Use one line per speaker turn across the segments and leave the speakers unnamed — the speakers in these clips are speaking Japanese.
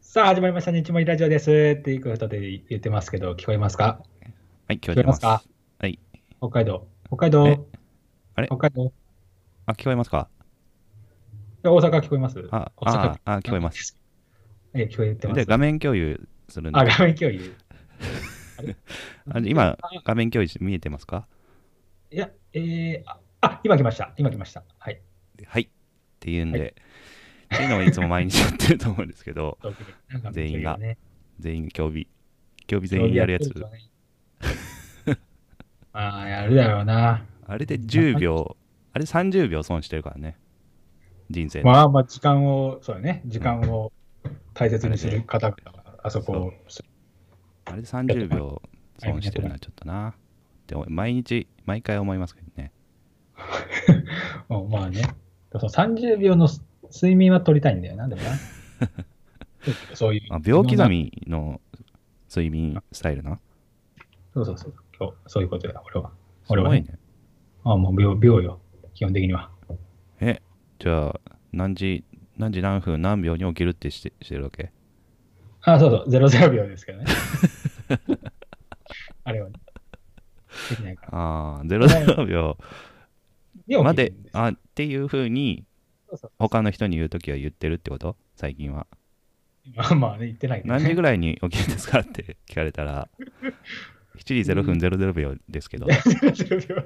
さあ、始まりました。日もいいラジオです。っていうことで言ってますけど、聞こえますか
はい、聞
聞こ
こえ
え
て
ま
ますす。
か
はい。
北海道。北海
え
道。
あれ
北海道。
あ、聞こえますか
大阪聞こえます
あ、
大阪
あ、あ、聞こえます。
す。え、聞こえてま
で、
す。
画面共有するんで
あ、、画面共有。
あ今、画面共有見えてますか
いや、えー、ああ、今来ました。今来ました。はい。
はい。っていうん
は
で、っていうのをいつも毎日やってると思うんですけど、 全員が
ね、
全員、競技、競技全員やる やつ、
ね。ああ、やるだろうな。
あれで10秒、あれ30秒損してるからね、人生の。
まあまあ、時間を、そうだね。時間を大切にする方々が、あそこを。
あれで30秒損してるのはちょっとな。でも毎日、毎回思いますけどね。
うんまあね。その30秒のす睡眠は取りたいんだよな、で もな。そういう。
あ秒刻。みの睡眠スタイルな。
そうそうそう。今日そういうことだ、俺は。
すご
俺はいね。
ね。
あもう秒、秒よ。基本的には。
えじゃあ何時何時何分何秒に起きるってしてしてるわけ
あそうそう。00秒です けどね。あれはね。できないから。
ああ00秒
でも
ま
で
であっていうふうに
そうそう
他の人に言うときは言ってるってこと最近は
まあ まあね、言ってないけど、ね。
何時ぐらいに起きるんですかって 聞かれたら7時0分00秒ですけど
00秒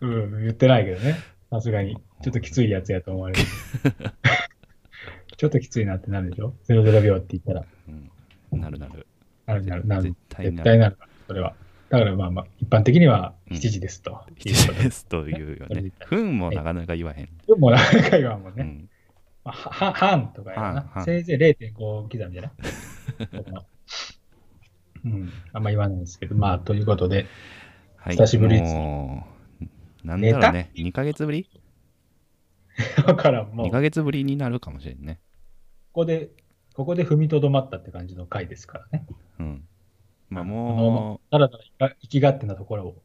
うん、言ってないけどね。さすがに。ちょっときついやつやと思わ れる。ちょっときついなってなるでしょ ?00 秒って言ったら。
なるなる
なるなるなる
絶。対
絶
な
対
る
なる。それは。だからまあまあ、一般的には
うん
7時ですと。
7時ですというよ
それ
ね
絶対
分もなかなか言わへん、
でも何回はもう
う
ね、
ん、
まあはは半とかや
半
な。
半
せいぜい0.5刻みじゃない僕のうん、あんま言わないですけど、まあ、ということで、
はい
久しぶりです
もうなんだろうね2ヶ月ぶり
だからもう
2、ヶ月ぶりになるかもしれんね
ここで、ここで踏みとどまったって感じの回ですからね。
うんまあ
あ
もう
のだらだら生きがってなところを。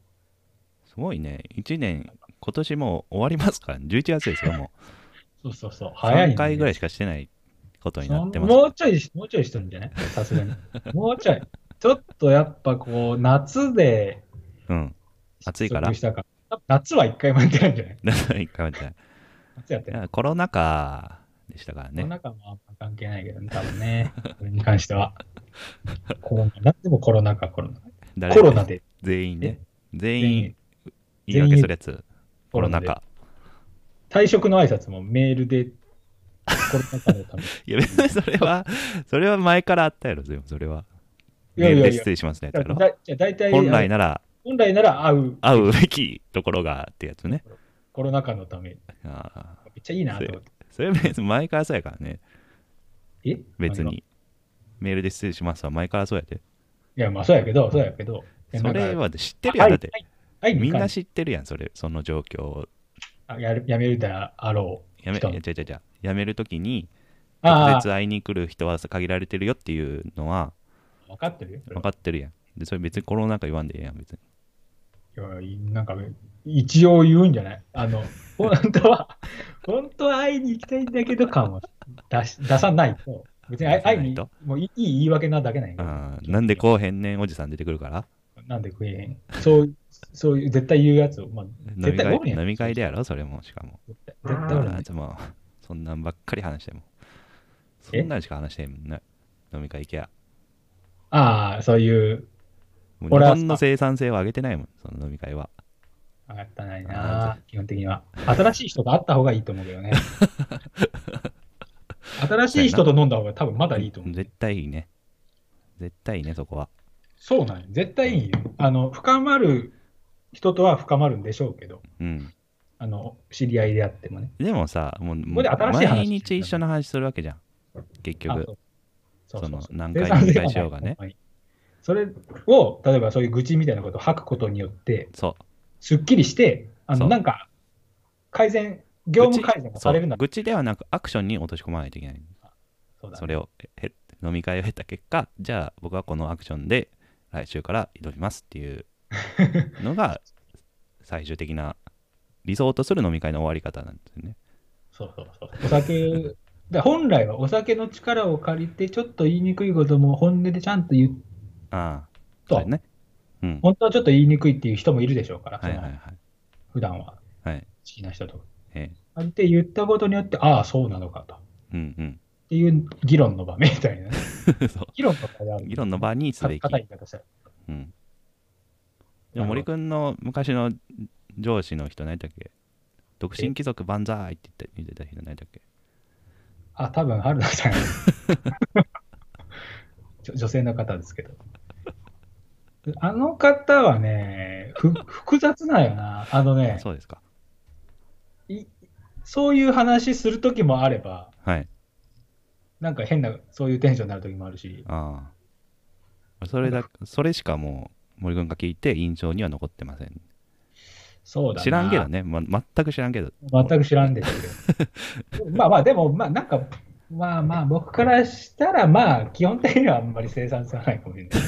すごいね。1年、今年もう終わりますから、11月ですよ、もう。
そうそうそう。 早い、ね。
3回ぐらいしかしてないことになってます。
そんもうちょい、もうちょいしてるんじゃないさすがに。もうちょい。ちょっとやっぱこう、夏で
うん。 暑いから
不足したから夏は一回もやってないんじゃない
だから一回もやってない
夏やって
い
ない。
やコロナ禍でしたから
その
ね。
中もあんま関係ないけどね、多分 ね。これに関しては。コロナ。なんでもコロナか、コロナ。
誰
コロナで。
全員ね。全
全
員
員
言い訳するやつ。コロナ
で
禍。
退職の挨拶もメールで、コロナ禍のために。
いや、別にそれ は、それは前からあったやろ、全部それは。
いやいやいや
メールで失礼しますね、やつやろ。
だじゃあ大体、
本来なら
本来なら会う
会うべきところがってやつね。
コロナ禍のため。めっ
ああ。
ちゃいいなと思って。
それは別に前からそうやからね、
え
別。に。メールで失礼しますは前からそうやで。
いや、まあそうやけど、そうやけど。いや
それ、
なんか
は知ってるやん。だって、
はいはい、
みんな
はい
知ってるやん、それ、その状況を。
あやるやめるであろう。
やめ、い
人
や違う違う違うやめるときに、
あ
直
あ
接会いに来る人は限られてるよっていうのは、
分かってるよ。それ
分
は
かってるやん。で、それ別にコロナ禍言わんでええやん、別に。
いやなんか、一応言うんじゃないあの、本当は、 本当は会いに行きたいんだけど感を出し出さないと、別に会い会いに
出さない、
もういいいい言い訳なだけなんやけど
あーなんでこう変ねんおじさん出てくるから
なんで食えへん。そう、そういう、絶対言うやつを、まあ、
飲
絶
み
対
会
おるやん
飲み会でやろ、それも、しかも。
絶対
だ
絶対
か
おる
ら、
や
い
ん
つも、そんなんばっかり話しても。そ
え
んなんしか話してへんもんな。飲み会行けや。
ああ、そういう、
もう日
俺は
本の生産性を上げてないもん、その飲み会は。
上がったない
あ
な、基本的には。新しい人と会った方がいいと思うけ どね。新しい人と飲んだ方が多分まだいいと思う。
絶対いいね。絶対いいね、そこは。
そうなんよ絶対いいよ。あの、深まる人とは深まるんでしょうけど、
うん。
あの、知り合いであってもね。
でもさ、もう
こで新しい話
毎日一緒の話するわけじゃん。結
あ
局。
そうそうそうそう
その何回
生産性
何回しようがね
はない。それを、例えばそういう愚痴みたいなことを吐くことによって、
そう。
すっきりして、あ
そ
の
う
なんか、改善、業務改善がされる
そ
なら、
う愚痴ではなくアクションに落とし込まないといけない。
そうだね
それをへ飲み会を経た結果、じゃあ僕はこのアクションで来週から挑みますっていう のが最終的な理想とする飲み会の終わり方なんですよね。
そうそうそう。お酒 だから本来はお酒の力を借りて、ちょっと言いにくいことも本音でちゃんと言う
ああ、
と、
れね。うん。
本当はちょっと言いにくいっていう人もいるでしょうから、
はいはい
そ
は
の
い。
普段は
はい。
好きな人と。
え
って言ったことによって、ああ、そうなのかと。っ
えうん
ていう議論の場みたいなね。
うん。そう。
議論の場である。
議論の場にすべき。
硬い言い方したら。
うん。でも森くんの昔の上司の人何だっけ独身貴族万歳って言って言ってた人何だっけ
あ、多分春菜さん。 ちょ女性の方ですけど。あの方はね、ふ複雑なんよな。あの
あ
ね、
そうですか。
いそういう話するときもあれば、
はい。
なんか変な、そういうテンションになるときもあるし、
ああ。それだ、それしかもう森くんが聞いて印象には残ってません。
そうだな
知らんけどね、ま、全く知らんけど。
全く知らんでしたけ ど。まあまあ、でも、まあなんか、まあまあ、僕からしたら、まあ、基本的にはあんまり生産さないかもしれない。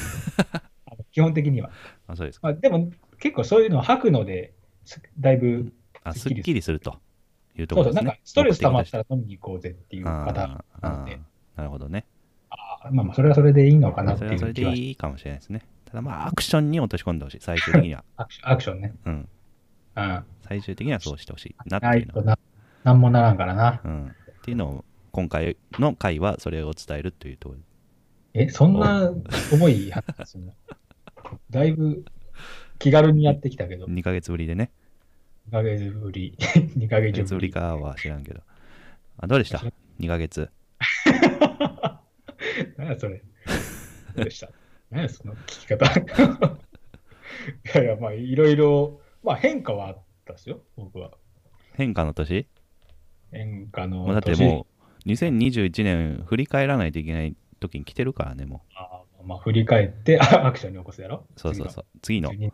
あの基本的には。
あそうですか。
まあ、でも、結構そういうのを吐くので、すだいぶ、
あ、
す
す
っきりする
っきりするというと
そ
こ
うそう、
ろ
な
です
んか
ね。
ストレス溜まった
ら
ら飲みに行こうぜっていうパターンなんで、
なるほどね。
あまあまあ、それはそれでいいのかなって
それ
い
はそれ
う
で
気はい
いかもしれないですね。ただまあ、アクションに落とし込んでほしい、最終 的には。
アクションアクションね。
うん。
うん。
最終的にはそうしてほしいなって
ないいうと
の。
な、なんもならんからな。
うん。っていうのを、今回の回はそれを伝えるというところで
え、そんな重い話すんの だいぶ気軽にやってきたけど、
2ヶ月ぶりでね。
2ヶ月ぶり、2ヶ
2ヶ
月
月ぶ
ぶ
り
り。
かは知らんけど。あどうでした
知ら
?2 ヶ月。
何やそれ。どうでした。何やその聞き方。 いやいや、まあ、いろいろ、まあ変化はあったですよ、僕は。
変化の年
変化の
もうだってもう、2021年振り返らないといけない時に来てるからね、も
あーまあ、振り返って、あアクションに起こすやろ
う。そうそうそう。
次
次
の
の
12年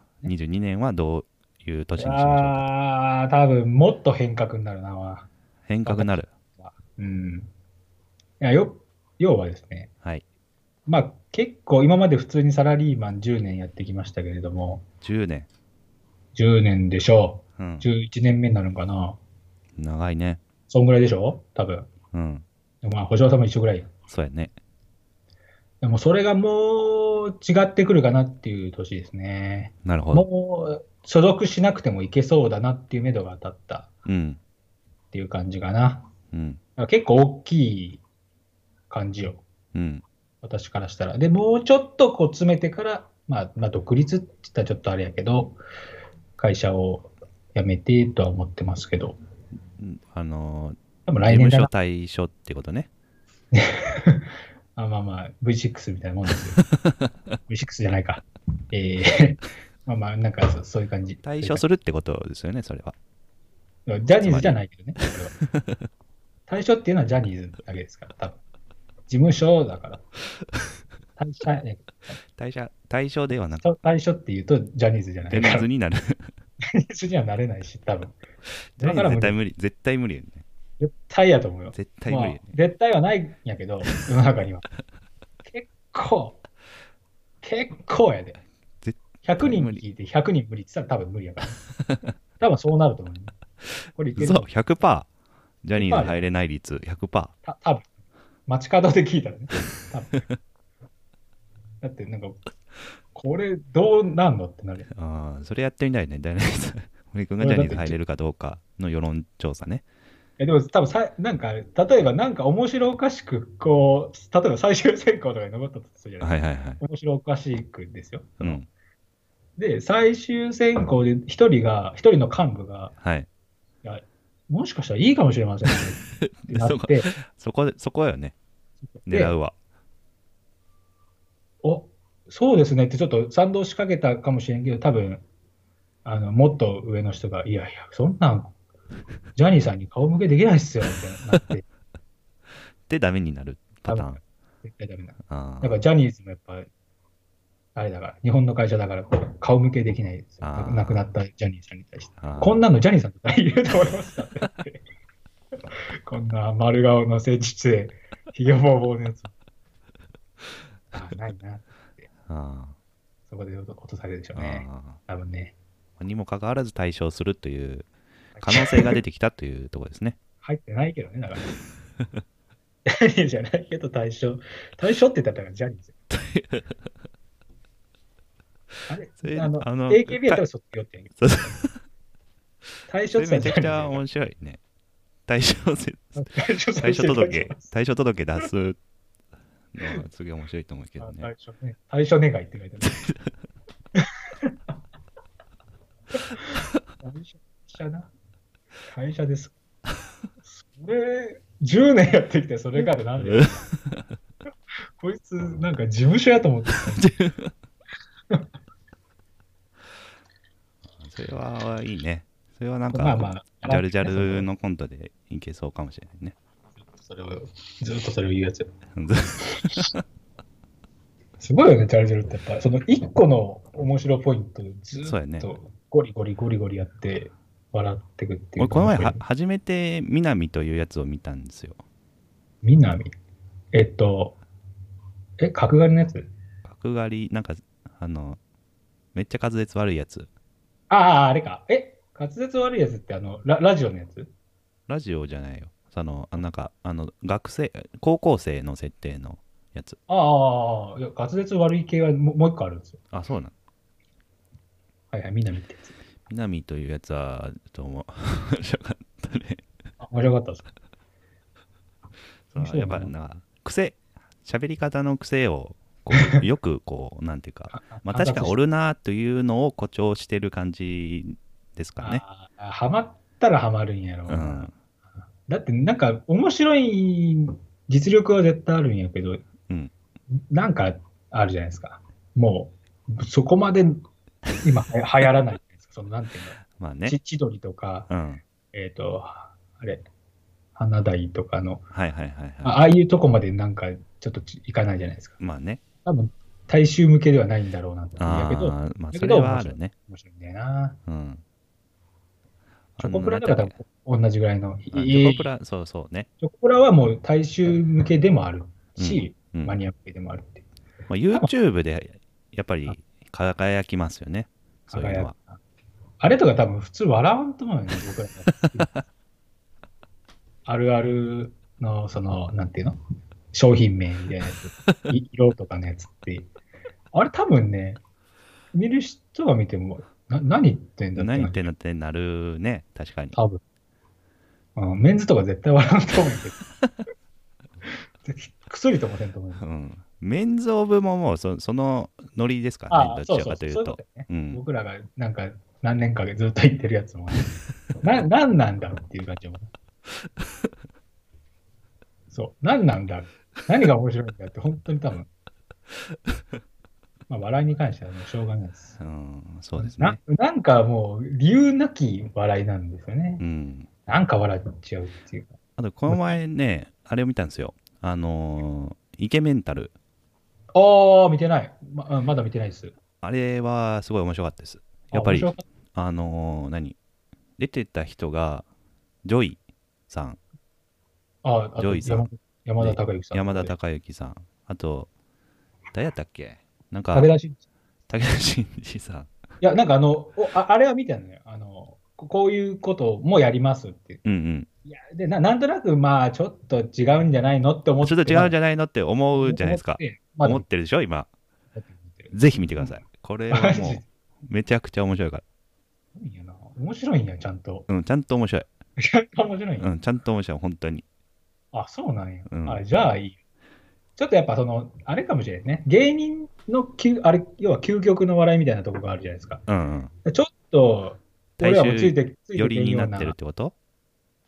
22年はどういう年にしましょうか。
ああ、多分もっと変革になるな。
変革なる。
うん。いや、よ、要はですね、
はい。
まあ結構今まで普通にサラリーマン10年やってきましたけれども、
10年。
10年でしょ
うん
う。。11年目になるのかな。
長いね。
そんぐらいでしょ多分。
うん。
でもまあ、保証さんも一緒ぐらいや。
そうやね。
でもそれがもう違ってくるかなっていう年ですね。
なるほど。
もう所属しなくてもいけそうだなっていう目処が当たった。
うん。
っていう感じかな。
うん。
だから結構大きい感じよ、
うん。
私からしたら。で、もうちょっとこう詰めてから、まあ、まあ、独立って言ったらちょっとあれやけど、会社を辞めてとは思ってますけど、
あの
多分
ー、事
来
務
年だ
所
な。
退所ってことね。
あまあまあ、V6 みたいなもんですよ。V6 じゃないか。えー まあまあ、なんかそそういう感じ。
退所するってことですよね、それは。
ジャニーズじゃないけどね。それは対象っていうのはジャニーズだけですから、多分。事務所だから。対象え
退社、退所ではなく、
対対象っていうとジャニーズじゃない
ジャ
か
ニー
ら、
ズ
ジ
になる。
ャニーズにはなれないし、多分。
ジャ
だ
ニ
か
ー
ら
ズ絶
無
対
理
無理。絶対無理よね。
絶対やと思うよ。
絶対無理よね
まあ。絶対はないんやけ ど、世の中には。結構、結構やで
絶。
100人聞いて100人無理って言ったら多分無理やから。 多分そうなると思う。これいける
そう、100%。ジャニーズ入れない率100%。
た多分街角で聞いたらね。多分だって、なんか、これどうなんのってなるやん。
ああ、それやってみたいね。ジャニーズ。森君がジャニーズ入れるかどうかの世論調査ね。
えでも多分さ、なんか、例えばなんか面白おかしく、こう、例えば最終選考とかに残ったとするじゃない
は
で
いはいはい
す。か。面白おかしくですよ。
うん。
で、最終選考で一人が、一人の幹部が、
はい。
もしかしたらいいかもしれません ねってなって、
そこ、そこよね。
で
狙うわ。
おそうですねってちょっと賛同しかけたかもしれんけど、多分あのもっと上の人が、いやいや、そんなん、ジャニーさんに顔向けできないっすよってな って、
で、ダメになるパターン。
絶対ダメな。
あ
やっぱジャニーズもやっぱ、あれだから、日本の会社だから、こう顔向けできないですよ。
あー
亡くなったジャニーさんに対して。
あ。
こんなのジャニーさんとか言うと思いますかって言って。こんな丸顔の誠実で、ひげぼうぼうのやつ。あーないな。
あ
そこで落とされるでしょ
あ
うね。
あ
多分ね。
あ。にもかかわらず対象する という可能性が出てきたというところですね。
入ってないけどね、だから。ジャニーじゃないけど対象。対象って言ったからジャニーズ。あ
それ
れあの
あの
AKB やったら卒業って言うんやけど
そう
対象
それ
って言
め
ったらジ
ちゃ
ャ
く
ニ
ちゃ
ーズ
面白いね。対象 せ
対象
対象届
対
け、対象届け出すのはすげえ面白いと思うけど
象
ね。
ね対象願いって書いて ある。会社な。会社です。それ、10年やってきて、それからなんで、こいつ、なんか事務所やと思って
それはいいね。それはなん
た。
か、
まあまあ、
ジャルジャルのコントでいけそうかもしれない ね。
それを、ずっとそれを言うやつ。
うん
すごいよね、チャルジャルってやっぱ、その一個の面白ポイントをず
そうや
っ
ね
とゴリゴリゴリゴリやって笑ってくっていう。
俺、この前は、初めて、南というやつを見たんですよ。
みなみ。えっと、え、角刈りのやつ
角刈り、なんか、あの、めっちゃ滑舌悪いやつ。
ああ、あれか。え、滑舌悪いやつってあの、ララジオのやつ
ラジオじゃないよ。その、あなんか、あの、学生、高校生の設定のやつ。
ああ、いや滑舌悪い系はももう一個あるんですよ。
あ、そうなの。
はいはい、みなみってやつ。
南というやつは、どうも、 面白かったね。
あ面白かったです。
そ
面
の
白い
やっ
な
ぱな、癖、喋り方の癖を、こうよくこう、なんてい うか、まあ確かにお
俺
るなというのを誇張してる感じですかね。
はまったらはまるんやろう
う
な。
ん。
だってなんか面白い実力は絶対あるんやけど、
うん
なんかあるじゃないですか。もうそこまで今は流行らないじゃないですか。そのなんていうの、
まあね。
ち千鳥とか、
うん。
えっ、と、あれ、花大とかの、
はいはいはい
あ
はい。
ああいうとこまでなんかちょっとちいかないじゃないですか。
まあね。
多分大衆向けではないんだろうなって思うんや
あ
けど、
あ、まあ
だけ
それ
ど
はあるね。
面白いんだよな。
うん。
チョコプラ
あの
と
な
か
んだっ
多
け
分同じぐらいの、
うん
い
チョ
い
コプラ、そうそうね。
チョコプラはもう大衆向けでもあるし、
うん
マニア向けでもあるっていう。
まあ、YouTube でやっぱり輝きますよね。そういうのは。
あれとか多分普通笑わんと思うよね、僕 ら。あるあるの、その、なんていうの商品名みたいなやつ、い色とかのやつって。あれ多分ね、見る人が見ても、な何言ってんだってな
何言ってんだってなるね。確かに。
多分、うん。メンズとか絶対笑わんと思うんや けど。くすりともせんと思うよ。
うん。メンズオブももうそそのノリですから
あ
ね。
あ、
ど
そ
ち
うそう
らか
そ。
というう
そういう
と
こと。ね。
うん。
僕らがなんか何年かずっと言ってるやつ も、な、なんなんだっていう感じも。そう、なんなんだ何が面白いんだって、本当に多分。まあ、笑いに関してはもうしょうがないです。
うん、そうです
な
ね。
なんかもう、理由なき笑いなんですよね。
うん。
なんか笑っちゃうっていうか。
あと、この前ね、あれを見たんですよ。あのーイケメンタル。
ああ、見てないま。うんまだ見てないです。
あれはすごい面白かったです。やっぱり
あ面白かっ
あのー何出てた人が、ジョイさん、
たああと
ジョイさん
山山田孝之さん。
山田孝之さん、あと、誰やったっけなんか、
武田真治
武田真治さん。
いや、なんかあの、おああれは見たのよ。あの、ここういうこともやりますって。
うん
いや、で、ななんとなく、まあ、ちょっと違うんじゃないのって
う
思っ
ん。
て。
ちょっと違うんじ
ゃ
ゃないのって思うじゃないですか。。
まだ
思
見
っててるでしょ、今。
る見てる
ぜひ見てください。これは
マジ
もう
で、
めちゃくちゃ面白いから。
いいんやな。面白いんや、ちゃんと。
うん、ちゃんと面白い。
ちゃんと面白いんや。
うん、ちゃんと面白い、本当に。
あ、そうなんや。
うん
あ、じゃあいい。ちょっとやっぱその、あれかもしれないね。芸人の究、あれ、要は究極の笑いみたいなとこがあるじゃないですか。
うん、うん。
ちょっと、俺らもついて、ついて
よ
いけ
り
ん
に
よ
な
う
ってるってこと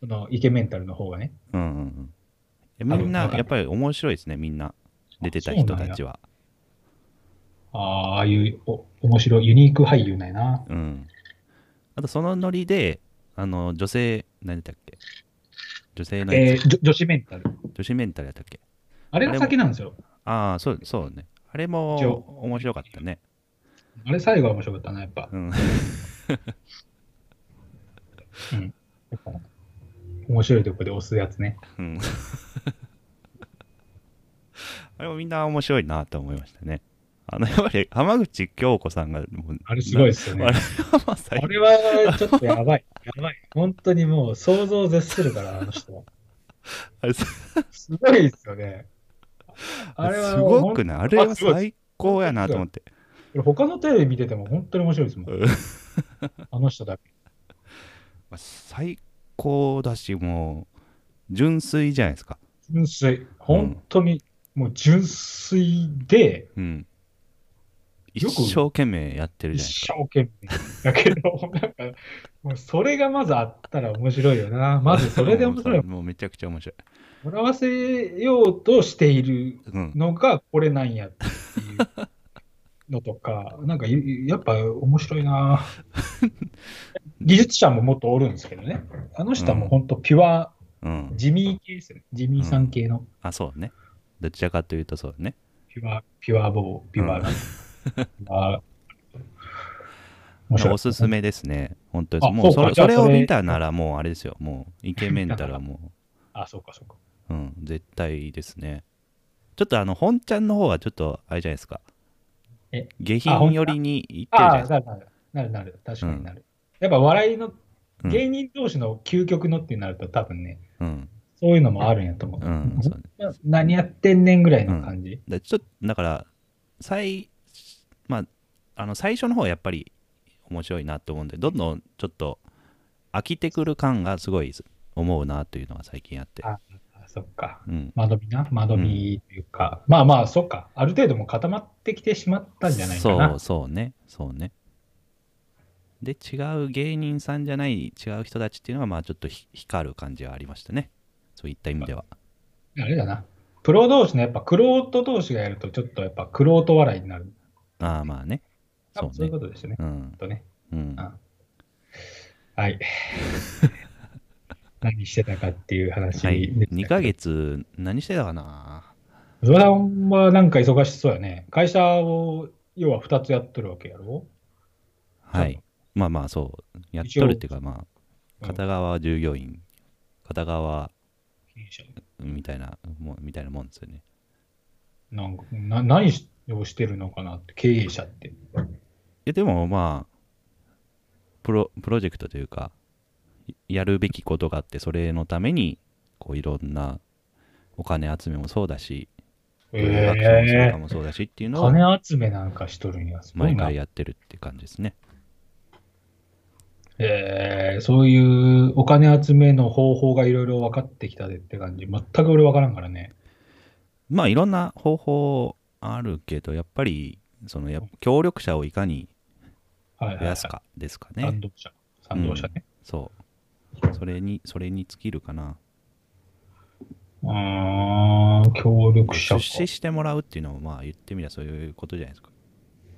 そのイケメンタルの方がね。
うんうんうんえ。みん
多分
な
わ、かる
やっぱり面白いですね、みんな。出てた
そう
人
なんや
たちは。
ああああいうお面白いユニーク俳優なんやな。
うん。あと、そのノリで、あの、女性、何だったっけ女性のやつ、
えー女女子メンタル。
女子メンタルやったっけ
あれが先なんですよ。
ああ、そう、そうね。あれ
一応
も面白かったね。
あれ最後は面白かったな、やっぱ。
うん。
うん、やっぱ面白いとこで押すやつね。
うん。 あれもみんな面白いなと思いましたね。あの、やっぱり浜口京子さんが、もう
あれすごいですよね。
あ
あ
れ
れ
なまさに
はちょっとやばい。やばい。本当にもう想像を絶するから、あの人は。
あれさ
すごいですよね。あれは
すごくないあれは
あすごい
最高やなと思って。
他のテレビ見てても本当に面白いですも ん。
うん
あの人だけ。
まあ最高だし、もう、純粋じゃないですか。
純粋。本当に、もう純粋で、
うん。一
よく
生懸命やってるじゃない
一生懸
ですか。
命。だけど、なんか、もうそれがまずあったら面白いよ な。まずそれで面白い。
もうめちゃくちゃ面白い。
笑わせようとしている
うん。
のがこれなんやっていうのと か、なんかいやっぱ面白いな技術者ももっとおるんですけどね。あの人はもう本当ピュア、
うん。
ジミー系ですよね。ジミーさん系の
あ、そうね。どちらかというとそうね。
ピュア、ピュアボー、ピュア
うん
な。ピュ ア面白い
おすすめですね。本当で
あ
す。も
そ
う
う
そ
か
れ
じゃ
そ
あ
れ
そ
を
れ
見たならもうあれですよ。もうイケメンたら もう。
あ、そうかそうか。
うん、絶対ですね。ちょっとあの、本ちゃんの方はちょっと、あれじゃないですか。
え
下
あ
品
本ち
寄
ゃん
りに行ってるじゃ
あ
な
あ
いで
ー、
すか。
なるなる。なるなる。確かになる。やっぱ笑いの、
うん
芸人同士の究極のってなると多分ね、
うん、
そういうのもあるんやと思
う
う。
ん、そうね。
何やってんねんぐらいの感じ。
だちょっと、だから、最、まあ、あの、最初の方はやっぱり面白いなと思うんで、どんどんちょっと飽きてくる感がすごい思うなというのが最近あって。
ああそっか。
うん。
間延びな、間延びというか、まあまあ、そっか、ある程度もう固まってきてしまったんじゃないか
そ
な
う。そうねそうねで違う芸人さんじゃない違う人たちっていうのがまあちょっとひ光る感じはありましたねそういった意味では
あれだな。プロ同士のやっぱ、クロート同士がやると、ちょっとやっぱ、クロート笑いになる。
ああまあね
多分
そ
そううい
ね
うことですよね。
うん
きっとね。
うん
あ はい。何してたかっていう話
はい
で
2ヶ月何してたかな
ゾさんはなんか忙しそうやね。会社を、要は2つやっとるわけやろ
はいまあまあそうやっとるっていうかま
う
あ
ん
片側は従業員片側
弊社
みたいなもんみたいなもんですよね
なんかな何をしてるのかなって、経営者って。
えでもまあプロプロジェクトというかいやるべきことがあってそれのためにこういろんなお金集めもそうだし、アクションする
え
かもそうだしっていう
ー、
のを
金集めなんかしとるんや。すごい
毎
な
回やってるって感じですね。
えー、そういうお金集めの方法がいろいろ分かってきたでって感じ、全く俺分からんからね。
まあいろんな方法あるけどやっぱりそのや協力者をいかに
はいはい、
増
は
や
い。
すかですか
賛
ね。
同者。賛同者ね。
そう。それにそれに尽きるかな。
うーん、協力者
出
か。
資してもらうっていうのもまあ言ってみればそういうことじゃないですか。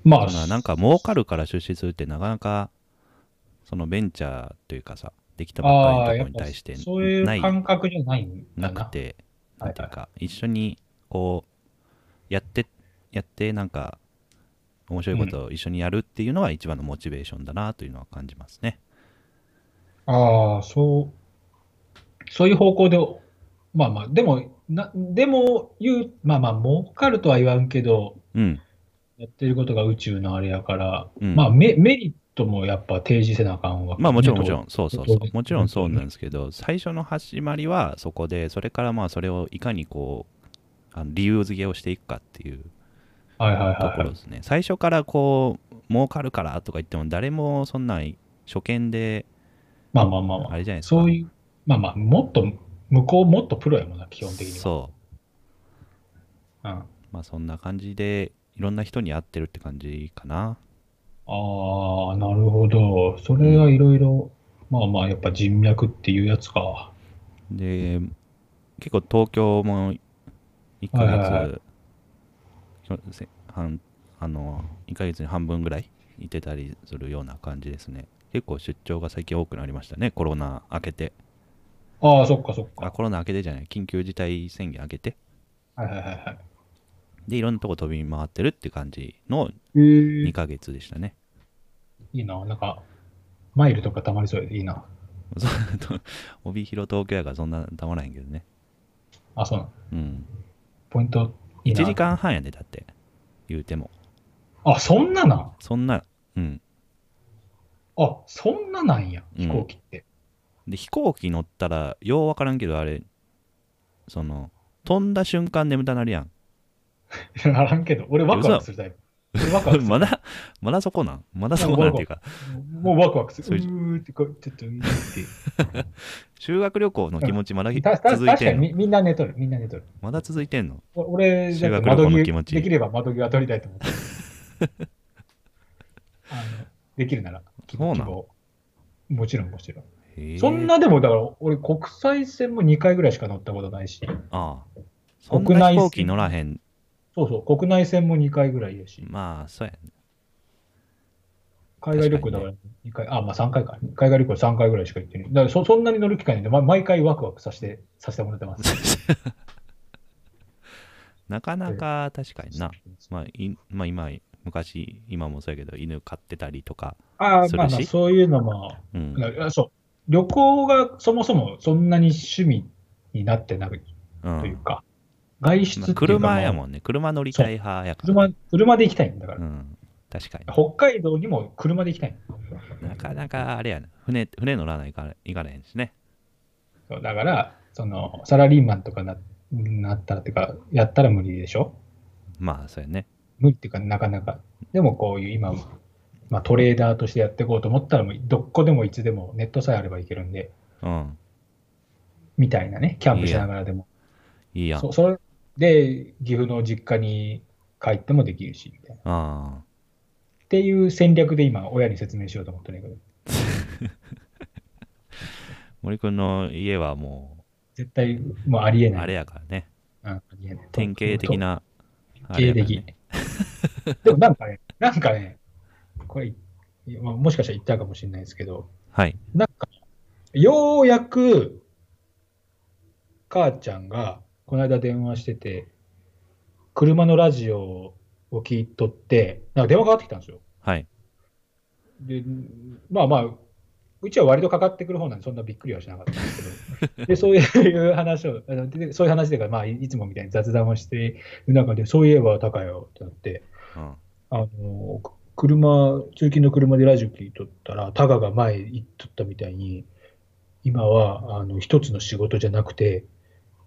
まあ
そんななんか儲かるから出資するってなかなかそのベンチャーというかさできたばっ
あ
か
あ、
り
や
のと
っ
こに
ぱ
対して
そうい
な
う
い
感覚じゃないんだ
な
な。
くて
ははい
ないんていうか一緒にこうやってやってなんか面白いことを一緒にやるっていうのは一番のモチベーションだなというのは感じますね。
ああ、そう、そういう方向で、まあまあ、でも、なでも言う、まあまあ、儲かるとは言わんけど、
うん。
やってることが宇宙のあれやから、
うん
まあメ、メリットもやっぱ提示せなあかんわけ
まあもちろ
ね
んもちろんそうそうそうもちろんそうなんですけど最初の始まりはそこでそれからまあそれをいかにこうあの理由付けをしていくかっていう
はいはい
と
はい
こ
はい
ろ。ですね。最初からこう、儲かるからとか言っても、誰もそんなん初見で、
まあまあまあま
あ
あ。
れじゃないですか。
そういう、まあまあ、もっと、向こうもっとプロやもんな、基本的には。
そ
うん、あ
う。まあそんな感じで、いろんな人に会ってるって感じかな。
あ、なるほど。それはいろいろ、まあまあ、やっぱ人脈っていうやつか。
で、結構東京も1ヶ
はいはい
月、せ半あの、1ヶ月に半分ぐらいいてたりするような感じですね。結構出張が最近多くなりましたね。コロナ明けて。
ああ、そっかそっ
あ、
か。
コロナ明けてじゃない。緊急事態宣言明けて。
はいはいはいはい。
で、いろんなとこ飛び回ってるって感じの
え
2ヶ月でしたね。
いいな、なんか、マイルとかたまりそうでいいな。
そうと帯広東京やからそんなたまらへんけどね。
あ、そうなの。
うん。
ポイントいいな。
1時間半やね、だって。言うても。
あ、そんななん。
そんな、うん。
あ、そんななんや、
うん
飛行機って。
で、飛行機乗ったら、ようわからんけど、あれ、その飛んだ瞬間眠たなるやん
いやならんけど、俺ワクワクするタイプ。俺ワクワクす
ま
る。
だまだそこなんまだそこなんっていうか
もうワクワクす
そ
る。
う
う
いう
ーってこう、ちょっと見て。
修学旅行の気持ちまだ
たた
続い
確
て
かに
んの
みみんな寝とる、みんな寝とる。
まだ続いてんの
お俺、
修
だっ
学
て
旅行の
窓際
気持ち
できれば窓際取りたいと思ってる。 あのできるなら、希
そう
望
なん
希望。もちろん、もちろん。
へえ
そんなでも、だから、俺、国際線も2回ぐらいしか乗ったことないし、
ああそん
国
な
内
飛
線
行機乗らへん
そうそう、国内線も2回ぐらいやし、
まあそうやね
海外旅行だから2回、あ、まあ3回か。海外旅行3回ぐらいしか行ってない。だからそ、そんなに乗る機会なんで、ま、毎回ワクワクさせて、させてもらってます。
なかなか確かにな、まあ、いまあ今昔今もそうやけど犬飼ってたりとか、
ああ、
するし
まあまあ、そういうのも、
うん、
あそう、旅行がそもそもそんなに趣味になってなく
う
というんか、外出って
ま
い
あ
うかもう、
車やもんね車乗りたい派やから、
車、車で行きたいんだから、
うん、確かに
北海道にも車で行きたい
なかなかあれやな船船乗らないから行かれへんしね
そうだから、その、サラリーマンとかななったらっていうか、やったら無理でしょ
まあそうやね
無理っていうか、なかなか。でもこういう今、まあ、トレーダーとしてやっていこうと思ったら、もうどこでもいつでもネットさえあればいけるんで、
うん
みたいなね、キャンプしながらでも。
いいやん
そそれで、岐阜の実家に帰ってもできるし、みたいな。
あ
っていう戦略で今、親に説明しようと思ってるんだけど、
あ森君の家はも
絶対もうありえ
う
ない。
あれやからね
うんありえない
典型的。なあれ
典
やか
型
ら
的
ね。
でもなんかね、なんかね、これ、まあもしかしたら言ったかもしれないですけど、
はい
なんか、ようやく、母ちゃんが、この間電話してて、車のラジオを聞いとって、なんか電話かかってきたんですよ。
はい
で、まあまあ、うちは割とかかってくる方なんで、そんなびっくりはしなかったんですけど、でそういう話を、あのでそういう話でか、まあ、いいつもみたいに雑談をしてる中で、そういえば、高よってなって、
うん
あのく車、通勤の車でラジオ聞いとったら、タガが前行っとったみたいに、今はあの一つの仕事じゃなくて、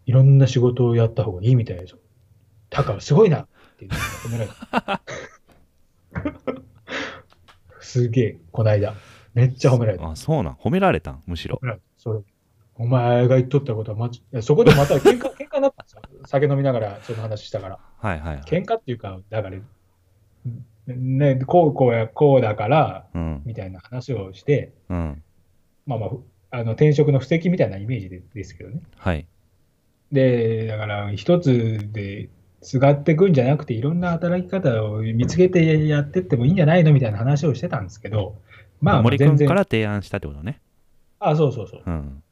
いろんな仕事をやった方がいいみたいですよ。タガすごいなって言って褒められた。 すげえ、こないだ。めっちゃ褒められた。
あそうなん褒められたんむしろ
それお前が言っとったことはまち、いやそこでまた喧嘩喧嘩になったんですよ。酒飲みながらその話したから。
はいはいはい
喧嘩っていうか、だから、んね、こうこうや、こうだから、
うん
みたいな話をして、
うん
まあまあふ、あの転職の布石みたいなイメージでですけどね。
はい
で、だから、一つですがってくんじゃなくて、いろんな働き方を見つけてやってってもいいんじゃないのみたいな話をしてたんですけど、まあ、
森
全
君
然
か、ら提案したってことね
あ、そうそうそう。
うん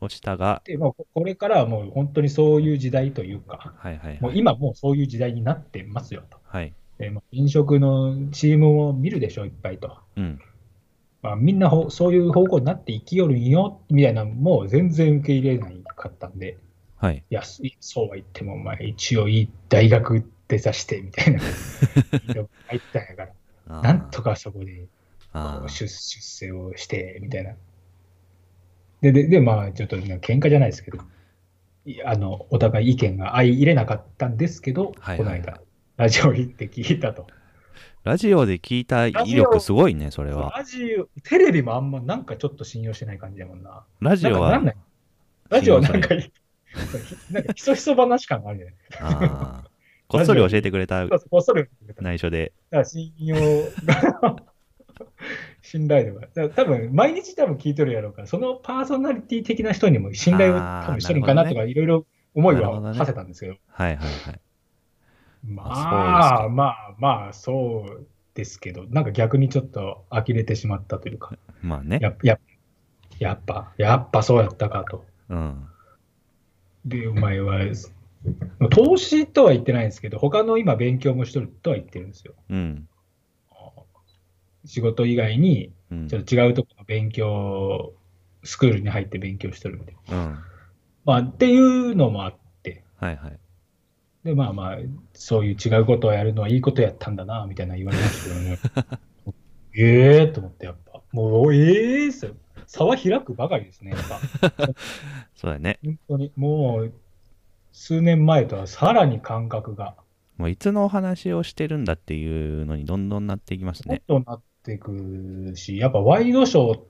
落ちたが
で、まあ、ここれからはもう本当にそういう時代というか、
はいはい
も
は
う
い
今もうそういう時代になってますよと。
はい
でまあ飲食のチームを見るでしょ、いっぱいと。
うん
まあ、みんなほそういう方向になって生きよるんよみたいなのもう全然受け入れないかったんで、
はい
いや、すそうは言っても、お前、一応いい大学出さしてみ たいな、入ったんやから、
あー
なんとかそこで
あ
こう
ー
出出世をしてみたいな。で、で、でまあ、ちょっとなんか喧嘩じゃないですけど、いあのお互い意見が相入れなかったんですけど、
はいはいはい
この間、ラジオ行って聞いたと。
ラジオで聞いた威力すごいねそれは
ラジオ、テレビもあんまなんかちょっと信用してない感じやもんな。
ラジ
なん
オ
か
は
なんないラジオはなんか、 なんかひそひそ話感があるじゃない
ああ。こ っそり教えてくれた
そうそう恐れだか
内緒で。
ら信用が、 信頼度が。だから多分、毎日多分聞いとるやろうから、そのパーソナリティ的な人にも信頼を
あー
多分してるんかなと
な
か、いろいろ思い
なるほど
は
ね
馳せたんですけど、
はいはいはい。
ま
あそうですか
あまあまあ、そうですけど、なんか逆にちょっと呆れてしまったというか、
まあね。
やっややっぱ、やっぱそうやったかと。
うん。
で、お前は、投資とは言ってないんですけど、他の今勉強もしとるとは言ってるんですよ。
うん。
仕事以外に、
うん
ちょっと違うところの勉強、スクールに入って勉強しとるみたいな。
うん。
まあ、っていうのもあって、
はいはい。
で、まあまあ、そういう違うことをやるのはいいことやったんだな、みたいな言われましたけどね。ええー、と思って、やっぱ。もう、ええーっすよ。差は開くばかりですね、やっぱ。
そうだね。
本当に。もう、数年前とはさらに感覚が、
もういつのお話をしてるんだっていうのにどんどんなっていきます
もっ
ね。
となっていくし、やっぱワイドショー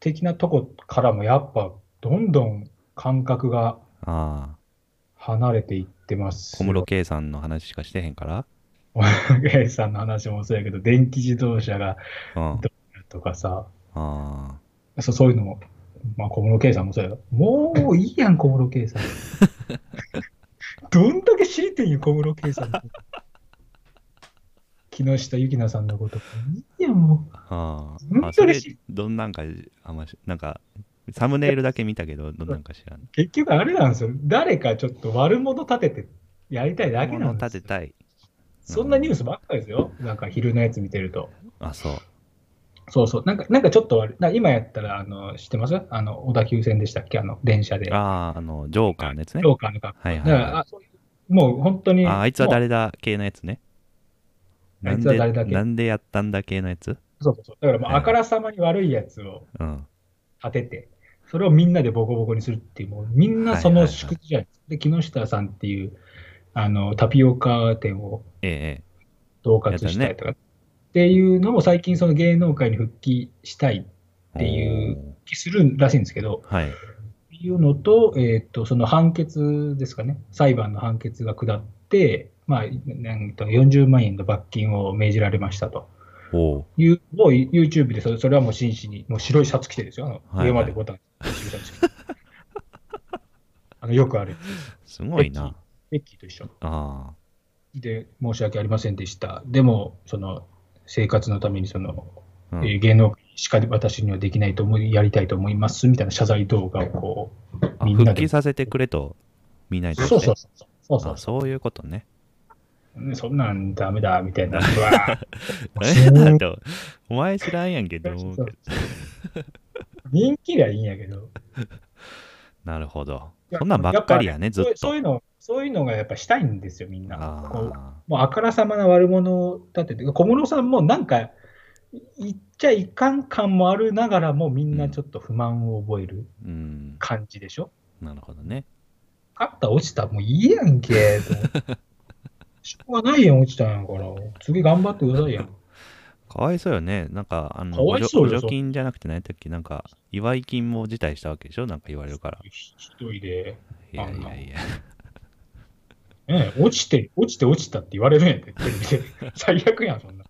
的なとこからも、やっぱどんどん感覚が
ああ、
離れていってます。
小室圭さんの話しかしてへんから。
圭さんの話もそうやけど、電気自動車が
うん。あ
とかさ、
あ
そうそういうのも、まあ、小室圭さんもそうやろ。もういいやん、小室圭 さん。どんだけ知りてんよ、小室圭さんのこと。木下ゆきなさんのこと。いいやん、もう。
あ
本
あ。あ
当
そ
に
れ、どんなんか、あんまし、なんか、サムネイルだけ見たけど、どんなんか知らん。
結局あれなんですよ。誰かちょっと悪者立ててやりたいだけな
物
んです
立て
よ。
たい。
そんなニュースばっかりですよ。なんか昼のやつ見てると。
あ、そう。
そうそう。なんか、なんかちょっと悪い。なんか今やったら、あの、知ってますあの、小田急線でしたっけあの、電車で。
ああ、あの、ジョーカーのやつね
ジ。ョーカーの格好。
はいはい
だからあそういうもう本当に。
ああいつは
もう
誰だ系のやつね。
あ
ないん
つは
で、
誰だ系
なんでやったんだ系のやつ
そうそうそう。だからもうあからさまに悪いやつを
うん。
当てて、それをみんなでボコボコにするっていう、もうみんなその縮図じゃないですか。で、木下さんっていうあのタピオカ店を
えええ
統括したりとか、っていうのも最近その芸能界に復帰したい、
え。
っていう復帰するらしいんですけど、
おー。はい。
っていうのと、えっと、その判決ですかね、裁判の判決が下って、まあ、なんと40万円の罰金を命じられましたと。
おお。
いうのを YouTube でそれ、それはもう真摯に、もう白いシャツ着てですよ、あの
はいはい
上までボタン、白いシャツ着てあのよくある、
すごいな。
ベッキーと一緒
あ
で、申し訳ありませんでした、でも、その生活のためにその、
あ。う
えー
ん、
芸能界しか私にはできないと思い、やりたいと思いますみたいな謝罪動画をこ
あ
みんなで、
復帰させてくれと、見ないうとね。
そうそうそう、そうそう
あそういうことね。
うんそんなんダメだみたいな、うわ
え だってお前知らんやんけど
ーそうそう人気りゃいいんやけど。
なるほど
い。や
そんなんばっかりやね、ずっ
そうそう
と。
いうの、そういうのがやっぱしたいんですよ、みんな。こう
あ
もうあからさまな悪者を立てて、小室さんもなんか、言っちゃいかん感もあるながらも、みんなちょっと不満を覚える
あ。うん。
感じでしょ。
なるほどね。
勝った、落ちた、もういいやん け。と思ってしょうがないやん、落ちたんやから。次頑張ってくださいやん。
かわいそうよね。なんか、あの、
かわいそうよ
補助補助金じゃなくて何やったっけなんか、祝い金も辞退したわけでしょなんか言われるから。
一人で、
いやいやいや。
ねえ、落ちて、落ちて、落ちたって言われるんやで、テレビ で。最悪やん、そんな。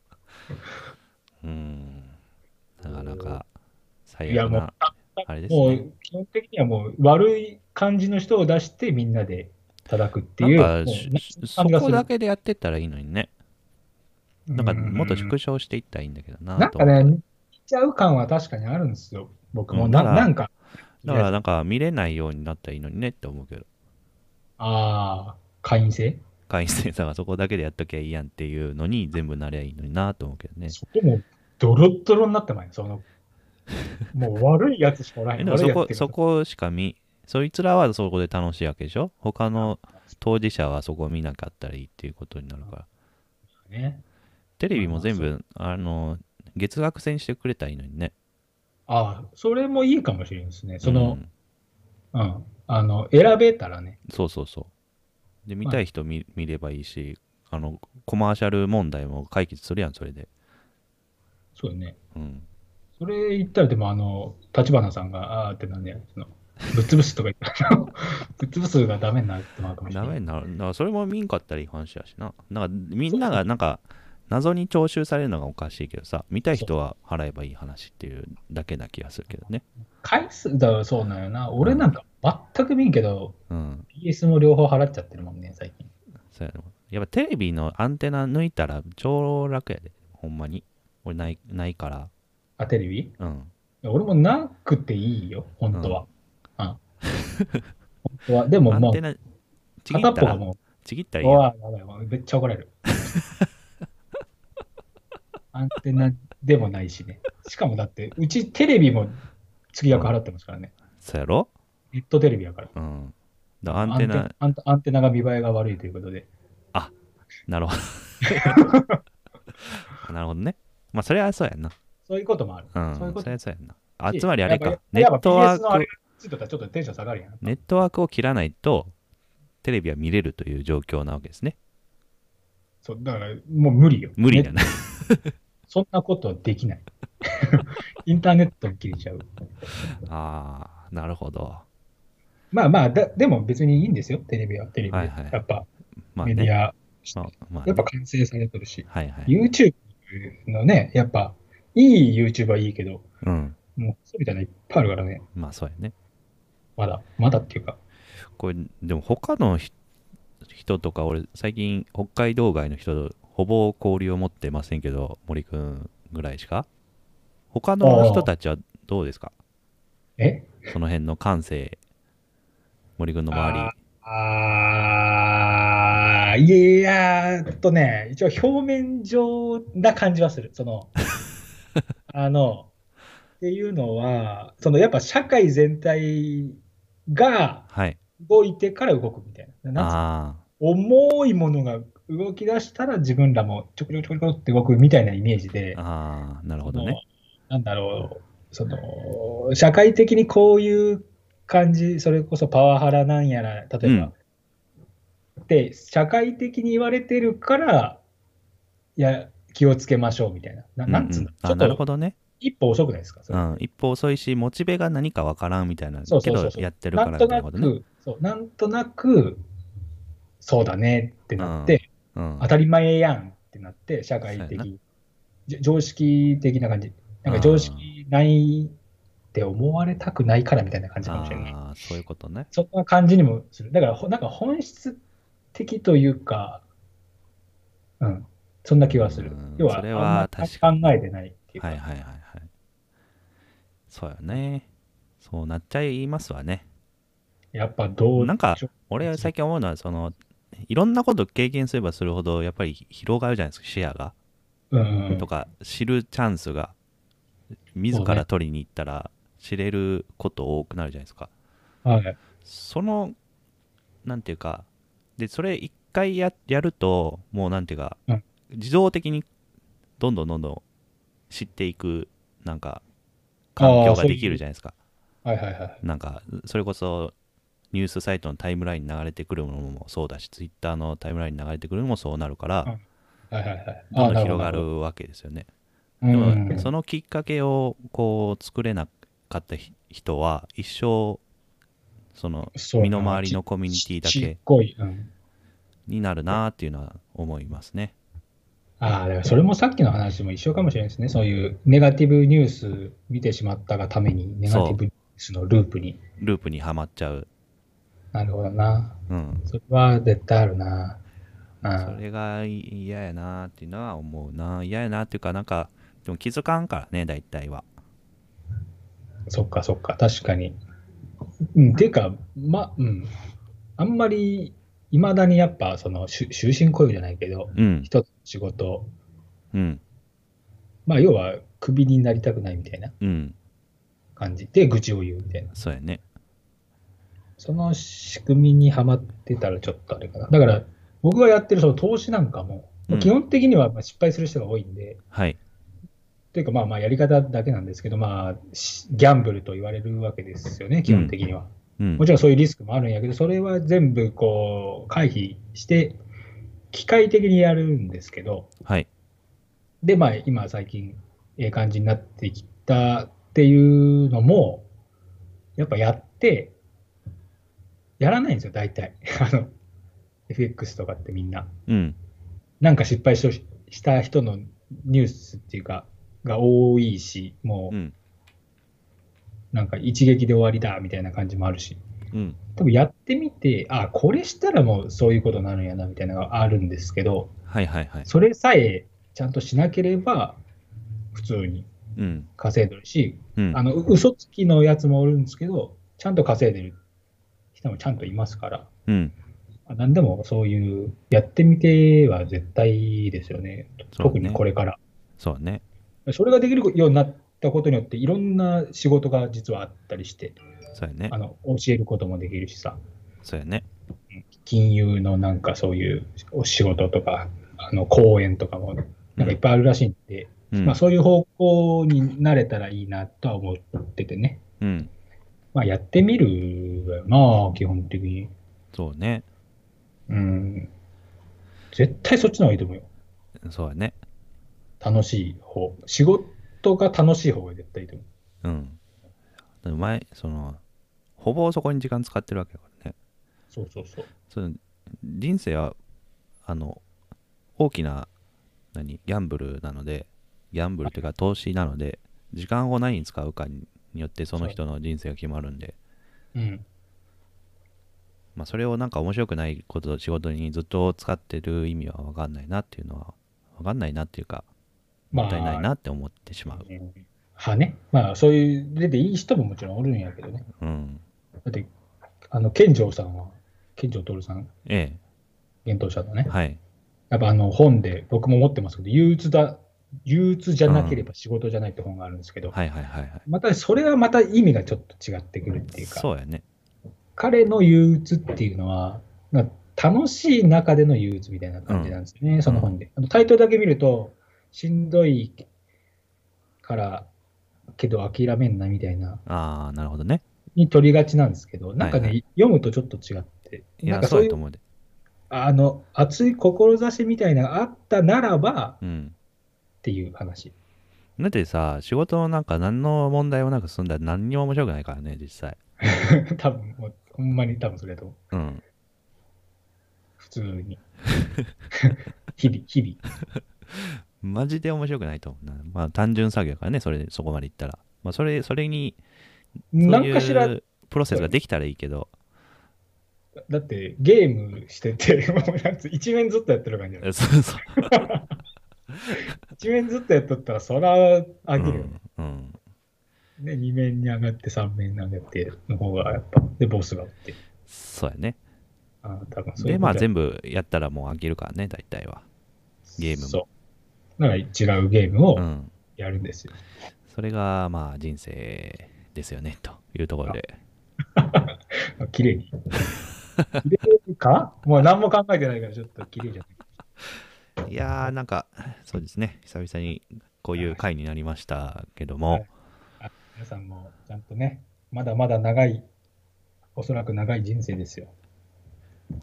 うん。なかなか、
い
最
や、
悪
もう
な、、あれです
も
ね。
う基本的にはもう悪い感じの人を出してみんなで叩くって
ないん
う。
か
もう
し
夏の
そ
感じがす
こ
る
だけでやってったらいいのにね。なんか、もっと縮
小
小していったらいいんだけどな。
なん
と
か
思って
ね、見ちゃう感は確かにあるんですよ。僕もな,、
うん
ん、なんか。
だからなんか見れないようになったらいいのにねって思うけど、
ああ、会員制
会員制さんはそこだけでやっときゃいいやんっていうのに全部なりゃいいのになと思うけどね。
そこもドロッドロになってまいそ の。もう悪いやつしかおらへ
え
ん。
でも
悪い
そ
やつっ
こ
ていうか
そこしか見、そいつらはそこで楽しいわけでしょ他の当事者はそこ見なかったらいいっていうことになるから。
ね。
テレビも全部、あの、月額制にしてくれたらいいのにね。
ああ、それもいいかもしれないですね。その
う、ん
うん、あの、選べたらね。
そうそうそう。で、見たい人見,、見ればいいし、あの、コマーシャル問題も解決するやん、それで。
そうよね。
うん。
それ言ったら、でも、あの、立花さんが、あーってなんで、その、ぶっ潰すとか言ったら、 ぶっ潰すがダメになるってのはあるかもしれな
ダ
い。
メになる。だからそれも見んかったらいい話やしな。なんかみんながなんか謎に徴収されるのがおかしいけどさ、見たい人は払えばいい話っていうだけな気がするけどね。
回数だからそうなんよな。俺なんか全く見んけど、
うん。
BS も両方払っちゃってるもんね、最近。
そうやなやっぱテレビのアンテナ抜いたら超楽やで。ほんまに。俺ないないから。
あ、テレビい
うん。
や俺もなくていいよ、本当は。うん。本当は。でも
アン
もう
テ、ナちぎ
片
っ
ったぽが
ら、
も
ちぎった
う、
らいい
お
やん。
わ、やばいわ、めっちゃ怒られる。アンテナでもないしね。しかもだって、うちテレビも月額払ってますからね。
そうやろ
ネットテレビやから。
うん。だからアンテナ、
アンテアンテナが見栄えが悪いということで。
な るほど。なるほどね。まあそれはそうやんな。
そういうこともある。
うん。
そういうこと
それはそうやんな。
し
つまりあれ
やっ
か
ぱ。
ネットワ
やっぱ BS のあ
ー
れ
ク
が。ついてたらちょっとテンション下がるやん。
ネットワークを切らないと、テレビは見れるという状況なわけですね。
そう、だからもう無理よ。
無理だ
ね。
な。
そんなことはできない。 インターネットも切れちゃう。
ああ、なるほど。
まあまあだ、でも別にいいんですよ、テレビは。テレビで
はいはい
やっぱ
まあ
メディ
ね。
ア、
まあ、まあ
や
ね
っぱ完成されてるし、
はいはい。
YouTube のね、やっぱいい YouTube はいいけど、
うん。
もうそうみたいなのいっぱいあるからね、
まあそうやね。
まだ、まだっていうか、
これ、でも他のひ人とか、俺、最近、北海道外の人とほぼ交流を持ってませんけど、森くんぐらいしか。他の人たちはどうですか
え
その辺の感性、森くんの周り。
あー、いやーっとね、一応表面上な感じはする。その、あの、っていうのは、そのやっぱ社会全体が
はい。
動いてから動くみたいな。なんつうの
ああ、
重いものが動き出したら自分らもちょこちょこちょこちょこって動くみたいなイメージで、
ああ、なるほどね。
そのなんだろう、その、社会的にこういう感じ、それこそパワハラなんやら、例えば、で、社会的に言われてるから、いや、気をつけましょうみたいな。ななんつう
うんんう
だ
ん、あな
ちょ
る
っと
ほどね。
一歩遅くないですか、それ
うん、一歩遅いし、モチベが何かわからんみたいな、
そうそうそうそう
けどやってる
な
から
ん
って
と
こ
な
と
く、
ね。
そうなんとなく、そうだねってなって、
うん
当、たり前やんってなって、社会
そうやな
的、じょ常識的な感じ。なんか常識ないって思われたくないからみたいな感じかもしれない。
ああ、そういうことね。
そんな感じにもする。だからほ、なんか本質的というか、うん、そんな気はする
うん。
要は、
それは
あんま
確かに
考えてないっていうか。
はいはいはいはい。そうよね。そうなっちゃいますわね。
やっぱどう
なんか
しょ
俺は最近思うのは、その、いろんなこと経験すればするほど、やっぱり広がるじゃないですか、視野が。
うん、
とか、知るチャンスが、自
そう
ら
ね
取りに行ったら、知れること多くなるじゃないですか。
はい。
そのなんていうかでそれ一回ややるともうなんていうか、
うん
自動的にどんどんどんどん知っていくなんか
あー
環境が
そういう
できるじゃないですか
はいはいはい。
なんかそれこそニュースサイトのタイムラインに流れてくるものもそうだしツイッターのタイムラインに流れてくるのもそうなるから、
うんはいはいはい。
どんどん広
な
が
ほど。
るわけですよね
う
で
ん
もそのきっかけをこう作れなかったひ人は一生その
そう
身の回りのコミュニティだけ
ちちっこい。うん、
になるなっていうのは思いますね。
ああ、だからそれもさっきの話も一緒かもしれないですね。そういうネガティブニュース見てしまったがために、ネガティブニュースのループに。
ループにはまっちゃう。
なるほどな。
うん。
それは絶対あるな。あ
それが嫌やなっていうのは思うな。嫌やなっていうか、なんか、でも気づかんからね、大体は。
そっかそっか、確かに。うん、ていうか、ま、うん。あんまり、いまだにやっぱ、その、終終身雇用じゃないけど、
うん。
一つの仕事、
うん。
まあ、要は、クビになりたくないみたいな
うん。
感じで、愚痴を言うみたいな。
そうやね。
その仕組みにはまってたら、ちょっとあれかな。だから、僕がやってるその投資なんかも、
うん
基本的にはまあ失敗する人が多いんで、
はい。
というか、まあまあ、やり方だけなんですけど、まあ、しギャンブルと言われるわけですよね、基本的には。
うん
も。ちろんそういうリスクもあるんやけど、それは全部こう回避して、機械的にやるんですけど、
はい。
で、まあ、今、最近、ええ感じになってきたっていうのも、やっぱやって、やらないんですよ、大体。 あの、FX とかってみんな。
うん。
なんか失敗しした人のニュースっていうか、が多いし、も
う
う、
ん。
なんか一撃で終わりだ、みたいな感じもあるし。
うん。
多分やってみて、あ、これしたらもうそういうことになるんやなみたいなのがあるんですけど、
はいはいはい。
それさえちゃんとしなければ、普通に
うん。
稼いでるし、
うん
あ。のう嘘つきのやつもおるんですけど、ちゃんと稼いでる人もちゃんといますから、
うん。
あ何でもそういう、やってみては絶対ですよね、
そう
特
ね
にこれから。
そうね。
それができるようになったことによって、いろんな仕事が実はあったりして、
そうやね
あ。の教えることもできるしさ。
そうやね。
金融のなんかそういうお仕事とか、あの講演とかもなんかいっぱいあるらしいんで、
うん。
まあ、そういう方向になれたらいいなとは思っててね、
うん。
まあ、やってみるよな、基本的に。
そうね。
うん。絶対そっちの方がいいと思うよ。
そうやね。
楽しい方。仕事が楽しい方が絶対いいと思う。
うん。でも前、その、ほぼそこに時間使ってるわけだからね。
そうそうそう。
その人生は、あの、大きな、何、ギャンブルなので、ギャンブルというか投資なので、時間を何に使うかによってその人の人生が決まるんで、
うん。
まあ、それをなんか面白くないことと仕事にずっと使ってる意味は分かんないなっていうのは分かんないなっていうか
まあ
もったいないなって思ってしまう、
うんはね。まあ、そういう例でいい人ももちろんおるんやけどね。
うん
だって、あの、健城さんは、健城徹さん、
え
幻冬者のね
え。はい
やっぱあの本で、僕も持ってますけど、憂鬱だ、憂鬱じゃなければ仕事じゃないって本があるんですけど、
はいはいはいはい
またそれはまた意味がちょっと違ってくるっていうか、
そうやね
彼の憂鬱っていうのは、なんか楽しい中での憂鬱みたいな感じなんですよね、その本で。あのタイトルだけ見ると、しんどいから、けど諦めんなみたいな、
ああなるほどね
に取りがちなんですけど、なんかね、
はいは
読むとちょっと違って、
い
なん
や
かそ
そ
うう
や
い
と
う、
思うで
あの、熱い志みたいなのがあったならば
うん
っていう話。
だってさ仕事なんか何の問題もなく済んだら何にも面白くないからね実際
多分もうほんまに多分それだと思う
うん
普通 に日々日々
マジで面白くないと思うなまあ単純作業やからねそれでそこまでいったらまあそれそれにそう
何かしら
いうプロセスができたらいいけ ど
だってゲームしてて もうなんつ一面ずっとやってる感じだよ
そうそう
一面ずっとやっとったらそら飽きるよね,、
うんうん
ね二面に上がって三面に上がっての方がやっぱでボスがおって
そうやね。
あー多分そうい
で、
うこと
まあ
や
全部やったらもう飽きるからね、大体は。ゲームも
そうだから違うゲーム
う
を
ん。
やるんですよ、
それが、まあ人生ですよね、というところで。
まあ綺麗に 綺麗かもう何も考えてないからちょっと綺麗じゃない
いやー、なんか、そうですね。久々にこういう回になりましたけど
は
も
い、皆さんもちゃんとね、まだまだ長い、おそらく長い人生ですよ。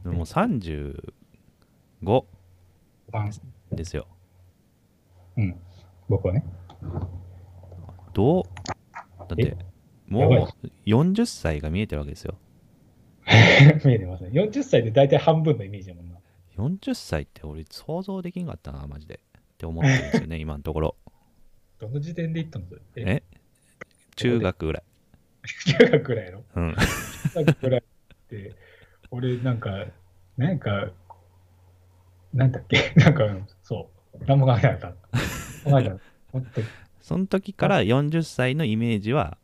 もう35
ワン
ですよ。
うん、僕はね。
どうだって
え、やば
もう40歳が見えてるわけですよ。
見えてますね。40歳で大体半分のイメージだもんな。
40歳って俺想像できんかったな、マジで。って思ってるんです よね、今のところ。
どの時点で行ったのそれ
え中学ぐらい。
中学くらいの
うん。
中学くらいって、俺なんか、なんか、なんだっけ、 なんか、そう、何も考えなかった。考えたの。ほんと
その時から40歳のイメージは、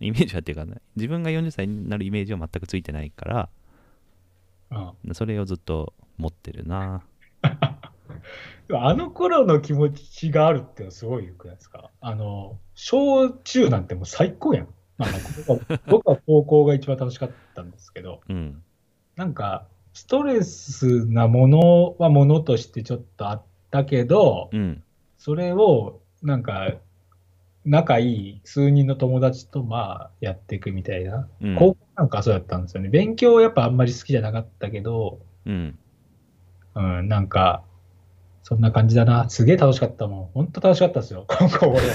イメージはっていうか、ね、自分が40歳になるイメージは全くついてないから、
うん
それをずっと持ってるな。
でもあの頃の気持ちがあるってのはすごいよくないですかあの、小中なんてもう最高やん。まあ、僕は僕は高校が一番楽しかったんですけど、
うん。
なんか、ストレスなものはものとしてちょっとあったけど、
うん。
それを、なんか、仲いい数人の友達とまあやっていくみたいな。
うん。
高校なんかそうだったんですよね。勉強はやっぱあんまり好きじゃなかったけど、
うん。
うん、なんか、そんな感じだな。すげえ楽しかったもん。ほんと楽しかったですよ、今後俺は。